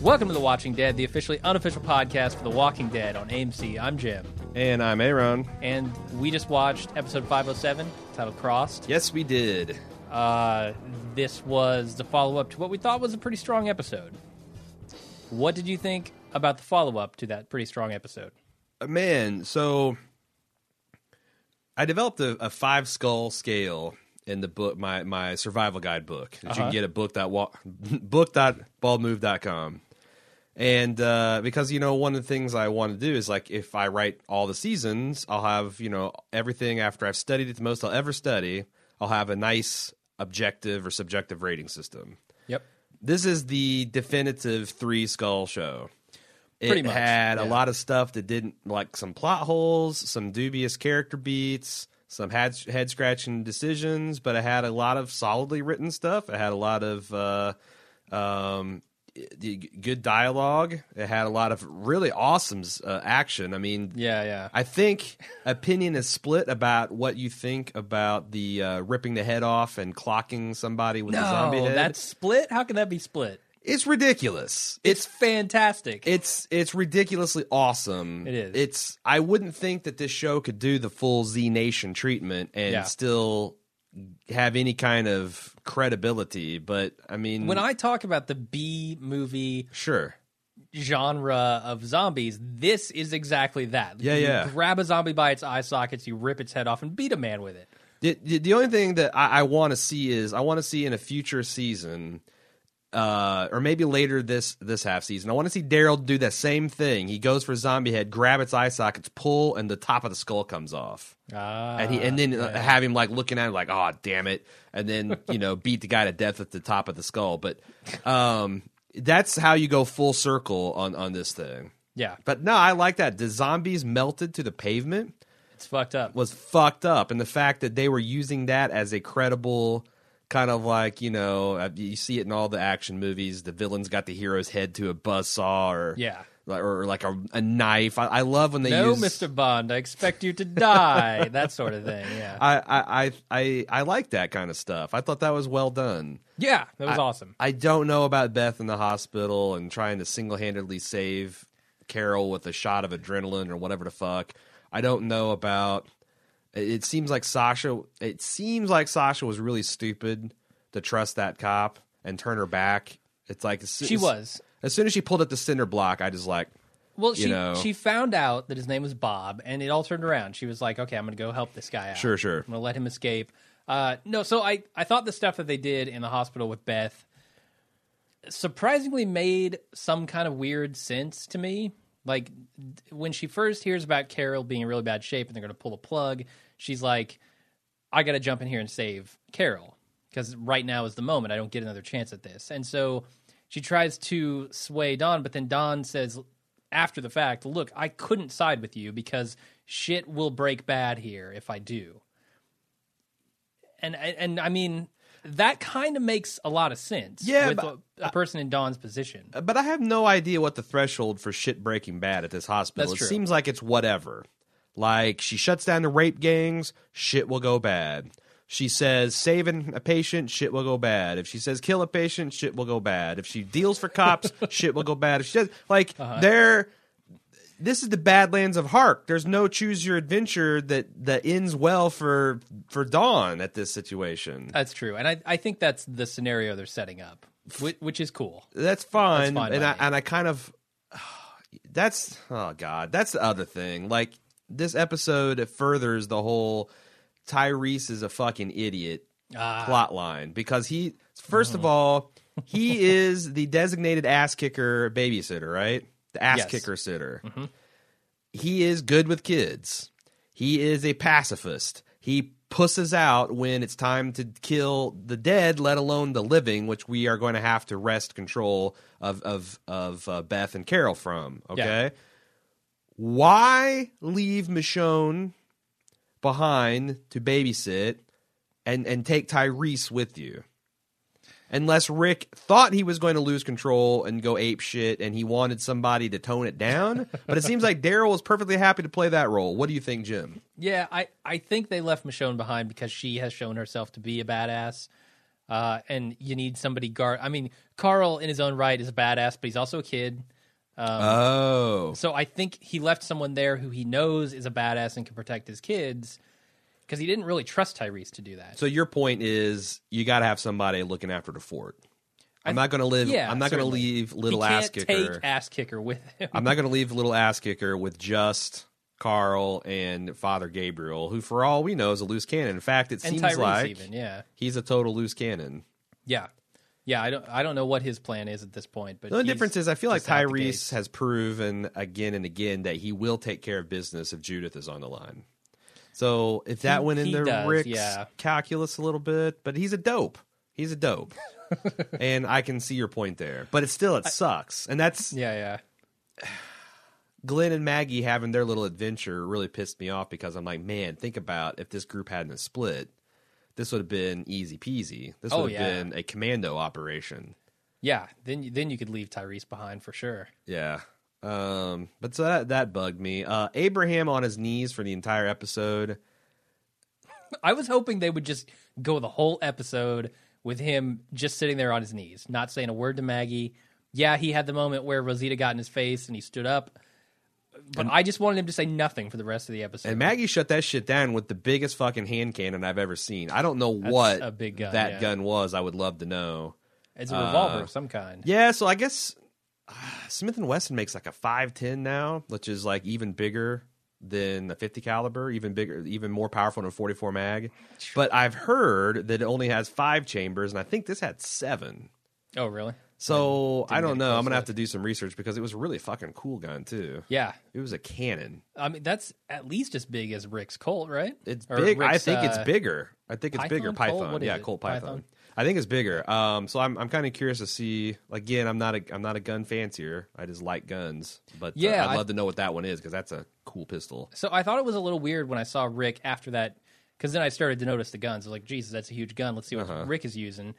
Welcome to The Watching Dead, the officially unofficial podcast for The Walking Dead on AMC. I'm Jim, And I'm Aaron. and we just watched episode 507 titled Crossed. Yes, we did. Uh, this was the follow up to what we thought was a pretty strong episode. What did you think about the follow up to that pretty strong episode? Uh, Man, so I developed a, a five skull scale in the book, my, my survival guide book that you can get at book dot wa- book dot baldmove.com. And uh, because, you know, one of the things I want to do is like if I write all the seasons, I'll have, you know, everything after I've studied it the most I'll ever study, I'll have a nice objective or subjective rating system. Yep. this is the definitive three skull show. It Pretty much, had a yeah. lot of stuff that didn't like some plot holes, some dubious character beats, some head, head scratching decisions, but it had a lot of solidly written stuff. It had a lot of uh, um, y- y- good dialogue. It had a lot of really awesome uh, action. I mean, Yeah, yeah. I think opinion is split about what you think about the uh, ripping the head off and clocking somebody with a zombie head. that's split. How can Oh, that be split? It's ridiculous. It's It's fantastic. it's it's ridiculously awesome. It is. It's I wouldn't think that this show could do the full Z Nation treatment and Yeah. still have any kind of credibility, but I mean when I talk about the B movie sure. genre of zombies, this is exactly that. Yeah, you yeah. Grab a zombie by its eye sockets, you rip its head off, and beat a man with it. The, the, the only thing that I, I want to see is I want to see in a future season, uh, or maybe later this this half season. I want to see Daryl do that same thing. He goes for zombie head, grab its eye sockets, pull, and the top of the skull comes off. Ah, and he and then uh have him like looking at him like oh damn it and then you know beat the guy to death at the top of the skull but um that's how you go full circle on on this thing yeah, but no i like that the zombies melted to the pavement it's fucked up. was fucked up and the fact that they were using that as a credible kind of like you know uh, you see it in all the action movies the villain's got the hero's head to a buzzsaw or Yeah. or like a, a knife I, I love when they no, use Mister Bond, I expect you to die. that sort of thing. Yeah, I, I, I, I, I like that kind of stuff. I thought that was well done. yeah, that was awesome. I don't know about Beth in the hospital and trying to single handedly save Carol with a shot of adrenaline or whatever the fuck. I don't know about. It it seems like Sasha. It seems like Sasha was really stupid to trust that cop and turn her back. It's like as soon She as- was. As soon as she pulled up the cinder block, I just like Well, you she know. she found out that his name was Bob, and it all turned around. She was like, "Okay, I'm going to go help this guy out. Sure, sure. I'm going to let him escape." Uh, no, so I I thought the stuff that they did in the hospital with Beth surprisingly made some kind of weird sense to me. Like d- when she first hears about Carol being in really bad shape and they're going to pull a plug, she's like, I got to jump in here and save Carol because right now is the moment. I don't get another chance at this. And so she tries to sway Don, but then Don says after the fact, Look, I couldn't side with you because shit will break bad here if I do. And, and, and I mean, that kind of makes a lot of sense Yeah, with but- a, a person in Don's position. But I have no idea what the threshold for shit breaking bad at this hospital. That's it true. seems like it's whatever. Like she shuts down the rape gangs, shit will go bad. She says saving a patient, shit will go bad. If she says kill a patient, shit will go bad. If she deals for cops, shit will go bad. If she does like Uh-huh. they're this is the Badlands of Hark. There's no choose your adventure that that ends well for for Dawn at this situation. That's true. And I, I think that's the scenario they're setting up, which, which is cool. that's fine. fine and by I me. and I kind of that's oh god, that's the other thing. Like this episode furthers the whole Tyrese is a fucking idiot plot line because he 1st of all he is the designated ass kicker babysitter, right? The ass Yes. kicker sitter. He is good with kids. He is a pacifist. He pusses out when it's time to kill the dead, let alone the living, which we are going to have to wrest control of of of uh, Beth and Carol from. Okay, why leave Michonne behind to babysit and and take Tyrese with you? Unless Rick thought he was going to lose control and go ape shit, and he wanted somebody to tone it down, but it seems like Daryl was perfectly happy to play that role. What do you think, Jim? Yeah, I, I think they left Michonne behind because she has shown herself to be a badass. uh, and you need somebody guard. I mean, Carl in his own right is a badass, but he's also a kid. Um, oh, So I think he left someone there who he knows is a badass and can protect his kids because he didn't really trust Tyrese to do that. so your point is you got to have somebody looking after the fort. I'm not going to live. yeah, I'm not going to certainly. leave little he can't ass kicker. Uh, take ass kicker with him. I'm not going to leave little ass kicker with just Carl and Father Gabriel, who for all we know is a loose cannon. In fact, it and seems Tyrese like even, yeah. he's a total loose cannon. Yeah. Yeah, I don't I don't know what his plan is at this point, but The only he's difference is I feel like just out the Tyrese gates. has proven again and again that he will take care of business if Judith is on the line. So if that He- went he into does, Rick's yeah. calculus a little bit, but he's a dope. He's a dope. and I can see your point there. But it still it sucks. And that's Yeah, yeah. Glenn and Maggie having their little adventure really pissed me off because I'm like, man, think about if this group hadn't split, this would have been easy peasy. This would Oh, have yeah. been a commando operation. Yeah, then you- then you could leave Tyrese behind for sure. Yeah. Um, but so that that bugged me. Uh, Abraham on his knees for the entire episode. I was hoping they would just go the whole episode with him just sitting there on his knees, not saying a word to Maggie. Yeah, he had the moment where Rosita got in his face and he stood up, but I just wanted him to say nothing for the rest of the episode. And Maggie shut that shit down with the biggest fucking hand cannon I've ever seen. I don't know what a big gun, that yeah. gun was. I would love to know. it's a revolver uh, of some kind. Yeah, so I guess uh, Smith and Wesson makes like a 510 now, which is like even bigger than a 50 caliber, even bigger, even more powerful than a 44 mag. But I've heard that it only has 5 chambers and I think this had 7. Oh, really? So I get a don't know. I'm close gonna have look. to do some research because it was a really fucking cool gun too. Yeah. It was a cannon. I mean, that's at least as big as Rick's Colt, right? It's Or big. I Rick's, think it's uh, bigger. I think it's bigger. Python? Colt? Python. What is yeah, it? Colt Python. Python? I think it's bigger. Um, so I'm I'm kind of curious to see. Again, I'm not a I'm not a gun fancier. I just like guns. But uh, Yeah, I'd I- love to know what that one is because that's a cool pistol. So I thought it was a little weird when I saw Rick after that, because then I started to notice the guns. I was like, Jesus, that's a huge gun. Let's see what Uh-huh. Rick is using.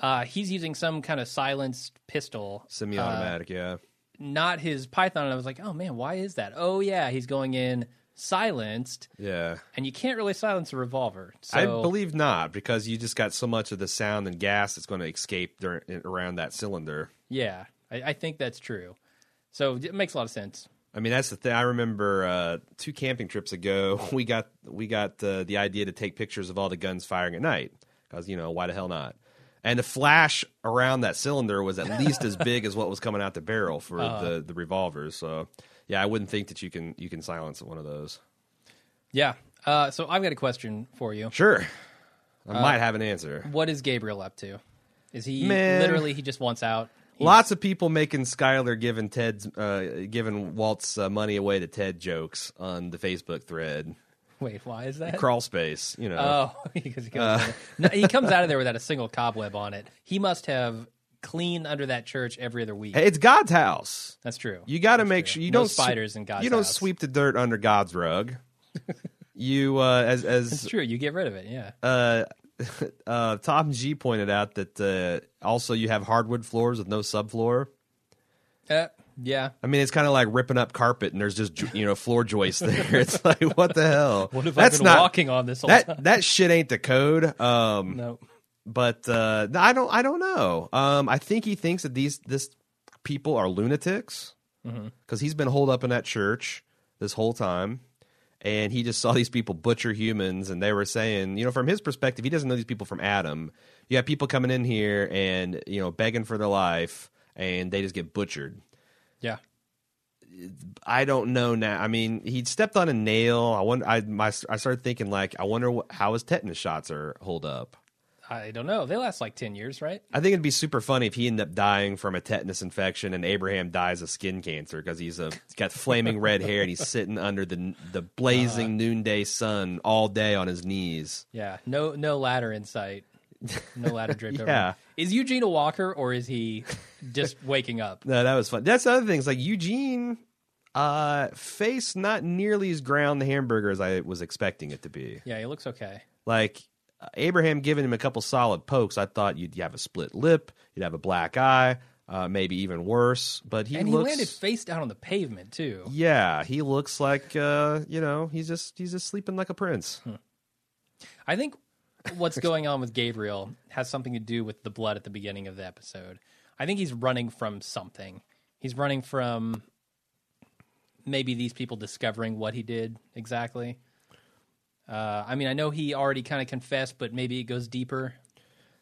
Uh, he's using some kind of silenced pistol, Uh, Semi-automatic. yeah. not his Python. And I was like, oh man, why is that? Oh yeah, he's going in silenced, Yeah. and you can't really silence a revolver. So I believe not because you just got so much of the sound and gas that's going to escape during, around that cylinder. yeah, I, I think that's true. So it makes a lot of sense. I mean, that's the thing. I remember uh, two camping trips ago, we got we got uh, the idea to take pictures of all the guns firing at night because you know why the hell not? And the flash around that cylinder was at least as big as what was coming out the barrel for the the revolvers. So yeah, I wouldn't think that you can you can silence one of those. Yeah. Uh, so I've got a question for you. Sure, I might have an answer. What is Gabriel up to? Is he Man. literally he just wants out? He's- Lots of people making Skylar giving Ted's uh, giving Walt's uh, money away to Ted jokes on the Facebook thread. Wait, why is that? Crawl space, you know. Oh, because he comes, out of there. No, he comes out of there without a single cobweb on it. He must have cleaned under that church every other week. Hey, it's God's house. That's true. You got to That's make true. sure you No don't sw- spiders in God's You don't house. sweep the dirt under God's rug. you uh, as It's as true. You get rid of it. Yeah. uh, uh, Tom G pointed out that uh, also you have hardwood floors with no subfloor. Uh, yeah. I mean, it's kind of like ripping up carpet, and there's just jo- you know floor joists there. It's like what the hell? What if That's I've been not walking on this whole time? that that shit ain't the code. Um, No. but uh, I don't I don't know. Um, I think he thinks that these this people are lunatics because he's been holed up in that church this whole time, and he just saw these people butcher humans, and they were saying, you know, from his perspective, he doesn't know these people from Adam. You have people coming in here and you know begging for their life, and they just get butchered. Yeah. I don't know now. I mean, he stepped on a nail. I wonder. I my, I started thinking like, I wonder what, how his tetanus shots are holed up. I don't know. They last like 10 years, right? I think it'd be super funny if he ended up dying from a tetanus infection and Abraham dies of skin cancer because he's a he's got flaming red hair and he's sitting under the the blazing Ah. noonday sun all day on his knees. Yeah. No no ladder in sight. No ladder draped over. Yeah. him. Is Eugene a walker or is he just waking up? No, that was fun. That's the other thing. It's like Eugene uh face not nearly as ground hamburger as I was expecting it to be. Yeah, he looks okay. Like uh, Abraham giving him a couple solid pokes, I thought you'd have a split lip, you'd have a black eye, uh, maybe even worse. But he And he looks landed face down on the pavement, too. Yeah, he Hmm. looks like uh, you know, he's just he's just sleeping like a prince. I think what's going on with Gabriel has something to do with the blood at the beginning of the episode. I think he's running from something. He's running from maybe these people discovering what he did exactly. Uh, I mean, I know he already kind of confessed, but maybe it goes deeper.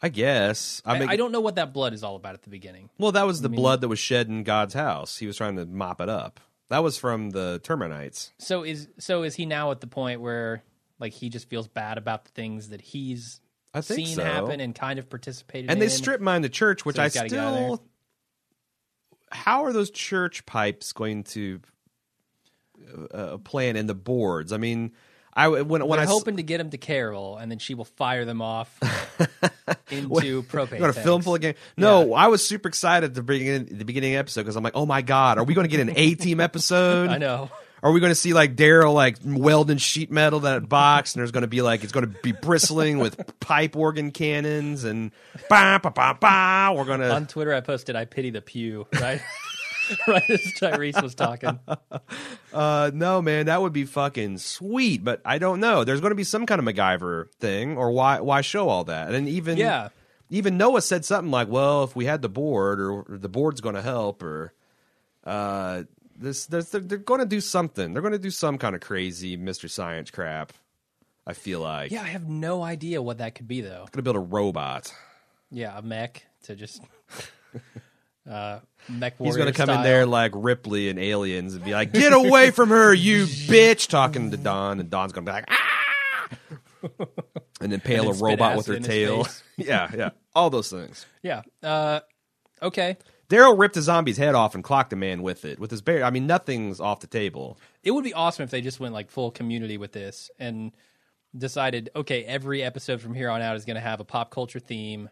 I guess. I, mean, I don't know what that blood is all about at the beginning. Well, that was the blood that was shed in God's house. He was trying to mop it up. That was from the Terminites. So is so is he now at the point where like he just feels bad about the things that he's I think seen so. happen and kind of participated in? And they strip mined the church, which So I he's gotta get out of still. How are those church pipes going to uh, uh, play in the boards? I mean, I when when They're I s- hoping to get him to Carol, and then she will fire them off into propane. You want to film tanks. full again? No, I was super excited to bring in the beginning of the episode because I'm like, oh my god, are we going to get an A team episode? I know. Are we going to see like Daryl like welding sheet metal to that box, and there's going to be like it's going to be bristling with pipe organ cannons and ba ba ba ba? We're gonna On Twitter, I posted, "I pity the pew." Right, right as Tyrese was talking. Uh, no, man, that would be fucking sweet, but I don't know. There's going to be some kind of MacGyver thing, or why why show all that? And even Yeah. even Noah said something like, "Well, if we had the board, or, or the board's going to help, or uh, this, this they're, they're going to do something. They're going to do some kind of crazy Mister Science crap. I feel like Yeah, I have no idea what that could be though. going to build a robot. Yeah, a mech to just uh, mech warrior. He's going to come in style. there like Ripley and Aliens and be like, "Get away from her, you bitch!" Talking to Don, and Don's going to be like, "Ah!" And then And pale then a spit robot acid with her in his tail. face. yeah, yeah, all those things. Yeah. Uh, okay. Daryl ripped a zombie's head off and clocked a man with it with his bare. I mean, nothing's off the table. It would be awesome if they just went like full community with this and decided, okay, every episode from here on out is going to have a pop culture theme.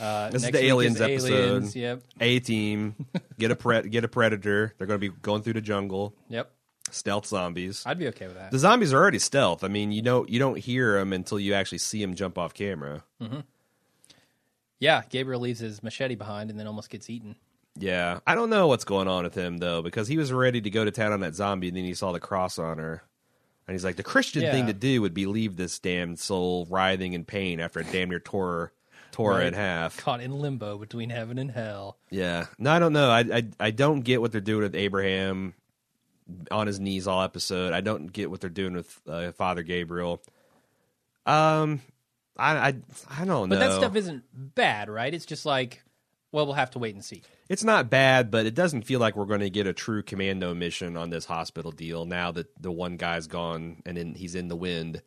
Uh, next This is week the aliens episode. Aliens. Yep. A team, get a pred- get a predator. They're going to be going through the jungle, Yep. stealth zombies. I'd be okay with that. The zombies are already stealth. I mean, you don't you don't hear them until you actually see them jump off camera. Yeah, Gabriel leaves his machete behind and then almost gets eaten. Yeah, I don't know what's going on with him though, because he was ready to go to town on that zombie, and then he saw the cross on her, and he's like, "The Christian Yeah. thing to do would be leave this damned soul writhing in pain after it damn near tore her, tore her in half." Caught in limbo between heaven and hell. Yeah, no, I don't know. I, I I don't get what they're doing with Abraham on his knees all episode. I don't get what they're doing with uh, Father Gabriel. Um, I I, I don't know. But that stuff isn't bad, right? It's just like, well, we'll have to wait and see. It's not bad, but it doesn't feel like we're going to get a true commando mission on this hospital deal now that the one guy's gone and then he's in the wind.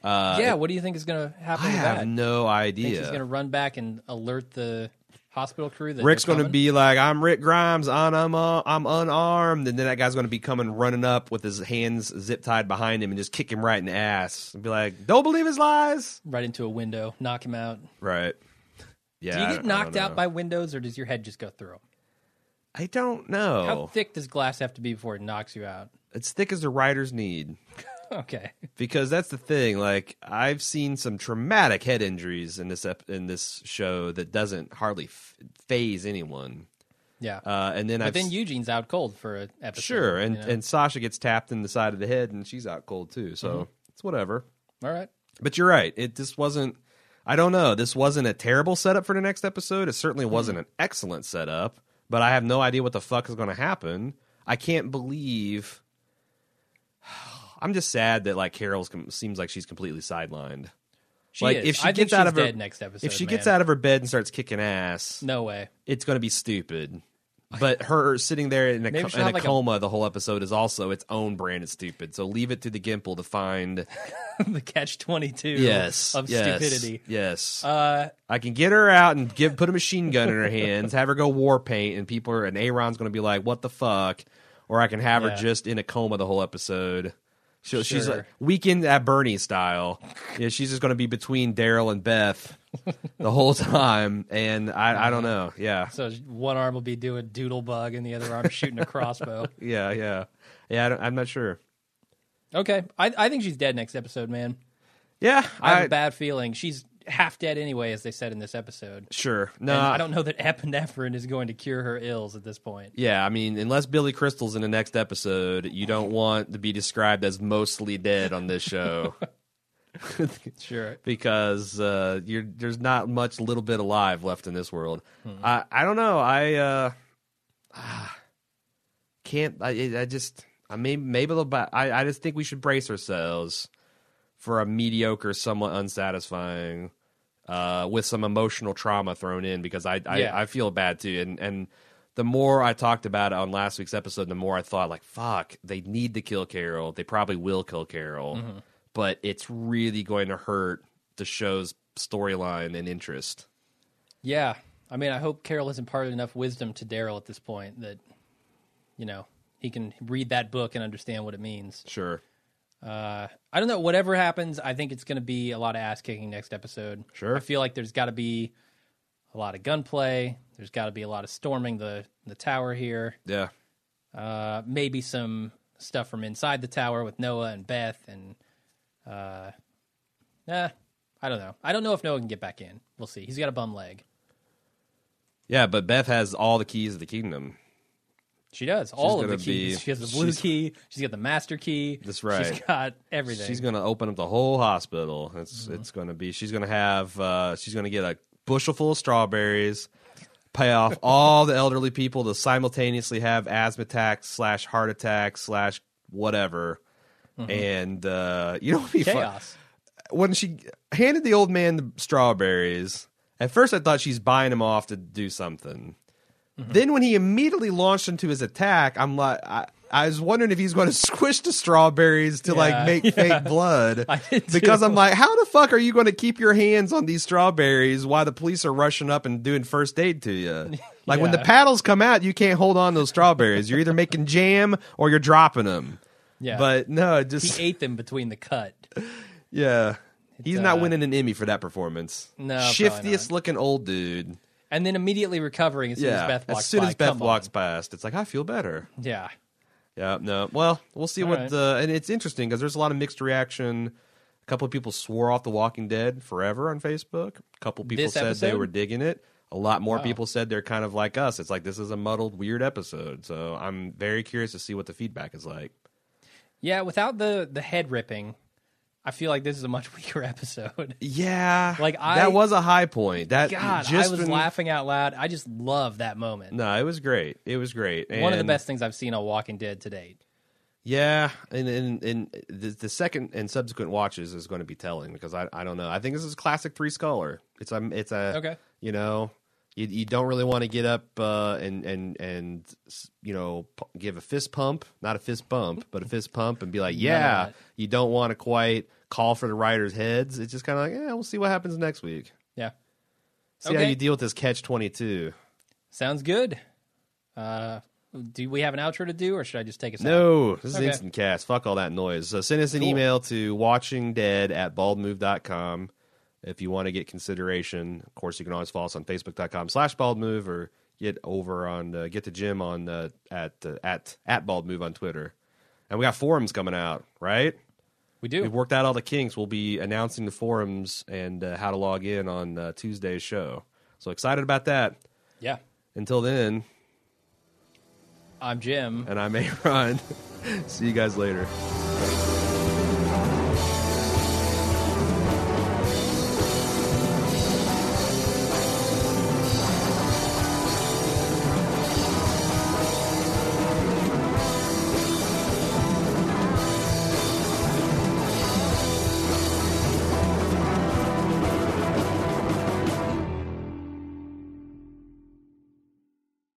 Uh, yeah, what do you think is going to happen I with have that? no Think He's going to idea. run back and alert the hospital crew that Rick's they're going to coming? be like, "I'm Rick Grimes, and I'm uh, I'm unarmed," and then that guy's going to be coming running up with his hands zip tied behind him and just kick him right in the ass and be like, "Don't believe his lies." right into a window, knock him out. Right. Yeah. Do I you don't- get I don't knocked out know. by windows, or does your head just go through 'em? I don't How know. thick does glass have to be before it knocks you out? it's thick as the writers need. Okay, because that's the thing like i've seen some traumatic head injuries in this ep- in this show that doesn't hardly f- phase anyone yeah. uh, and then but i've then s- Eugene's out cold for an episode. sure and, you know? and sasha gets tapped in the side of the head and she's out cold too so Mm-hmm. it's whatever all right, but you're right it just wasn't i don't know this wasn't a terrible setup for the next episode it certainly Mm-hmm. wasn't an excellent setup but i have no idea what the fuck is going to happen i can't believe i'm just sad that like carol's com- seems like she's completely sidelined she like is. if she I think gets out she's of her dead next episode, if she man. gets out of her bed and starts kicking ass, no way. it's going to be stupid. But her sitting there in a, Maybe co- she'll in a have, like, a- coma the whole episode is also its own brand of stupid. So leave it to the Gimple to find the catch twenty two. yes of yes, stupidity. Yes, Uh, I can get her out and give put a machine gun in her hands, have her go war paint, and people are and Aaron's going to be like, "What the fuck?" Or I can have Yeah. her just in a coma the whole episode. She'll, She's Sure. like weekend at Bernie style. Yeah, she's just going to be between Daryl and Beth the whole time, and I, I don't Mm-hmm. know. Yeah, so one arm will be doing doodle bug, and the other arm shooting a crossbow. yeah, yeah, yeah. I don't, I'm not sure. Okay, I, I think she's dead next episode, man. Yeah, I have I- a bad feeling. She's half dead anyway, as they said in this episode. sure. No, and I don't know that epinephrine is going to cure her ills at this point. Yeah, I mean, unless Billy Crystal's in the next episode, you don't want to be described as mostly dead on this show. Sure. because uh, you're, there's not much little bit alive left in this world. I I don't know. I uh, ah, can't. I I just I mean maybe the ba- I I just think we should brace ourselves for a mediocre, somewhat unsatisfying, uh, with some emotional trauma thrown in because I I, Yeah. I feel bad too and and. The more I talked about it on last week's episode, the more I thought, like, fuck, they need to kill Carol. They probably will kill Carol but it's really going to hurt the show's storyline and interest. Yeah. I mean, I hope Carol has imparted enough wisdom to Daryl at this point that, you know, he can read that book and understand what it means. Sure, Uh, I don't know. Whatever happens, I think it's going to be a lot of ass kicking next episode. Sure. I feel like there's got to be a lot of gunplay. There's got to be a lot of storming the the tower here. yeah, Uh, maybe some stuff from inside the tower with Noah and Beth and, uh, eh, I don't know. I don't know if Noah can get back in. We'll see. He's got a bum leg. yeah. But Beth has all the keys of the kingdom. She does all of the gonna be- keys. she has the blue she's- key. She's got the master key. That's She's right. got everything. She's going to open up the whole hospital. It's it's going to be. She's going to have. Uh, she's going to get a bushel full of strawberries. Pay off all the elderly people to simultaneously have asthma attacks slash heart attacks slash whatever, and uh, you know what would be fun? chaos. when she handed the old man the strawberries, at first I thought she's buying him off to do something. Mm-hmm. Then when he immediately launched into his attack, I'm like, I, I was wondering if he's going to squish the strawberries to Yeah, like make fake blood. I did too. because I'm like, how the fuck are you going to keep your hands on these strawberries while the police are rushing up and doing first aid to you? Like when the Yeah. paddles come out, you can't hold on to those strawberries. You're either making jam or you're dropping them. Yeah, But no, it just he ate them between the cut. yeah. He's not uh, winning an Emmy for that performance. No, probably Shiftiest not. looking old dude. and then immediately recovering as soon as Yeah. Beth walks as soon by. as Beth Come walks on. past, it's like, I feel better. Yeah. Yeah, no. Well, we'll see what right. the. And it's interesting because there's a lot of mixed reaction. A couple of people swore off The Walking Dead forever on Facebook. A couple people This said they episode? were digging it. A lot more people said they're kind of like us. It's like, this is a muddled, weird episode. So I'm very curious to see what the feedback is like. Yeah, without the the head ripping, I feel like this is a much weaker episode. Yeah. Like, I- That was a high point. That God, just I was when- laughing out loud. I just love that moment. No, it was great. It was great. One of the And- best things I've seen on Walking Dead to date. Yeah, and and, and the, the second and subsequent watches is going to be telling because I, I don't know. I think this is classic three scholar. It's a it's a Okay. You know, you, you don't really want to get up uh, and and and s- you know p- give a fist pump, not a fist bump, but a fist pump, and be like, yeah. that. You don't want to quite call for the writers' heads. It's just kind of like, yeah, we'll see what happens next week. Yeah. See how Okay. you deal with this catch twenty two. Sounds good. Uh, do we have an outro to do, or should I just take us out? No, this Okay. is instant cast. Fuck all that noise. So send us an Cool. email to watchingdead at baldmove.com if you want to get consideration. Of course, you can always follow us on facebook.com slash baldmove or get over on uh, get to Jim on uh, at uh, at at baldmove on Twitter. And we got forums coming out, right? We do. We've worked out all the kinks. We'll be announcing the forums and uh, how to log in on uh, Tuesday's show. So excited about that. yeah. Until then, I'm Jim. and I'm Aaron. See you guys later.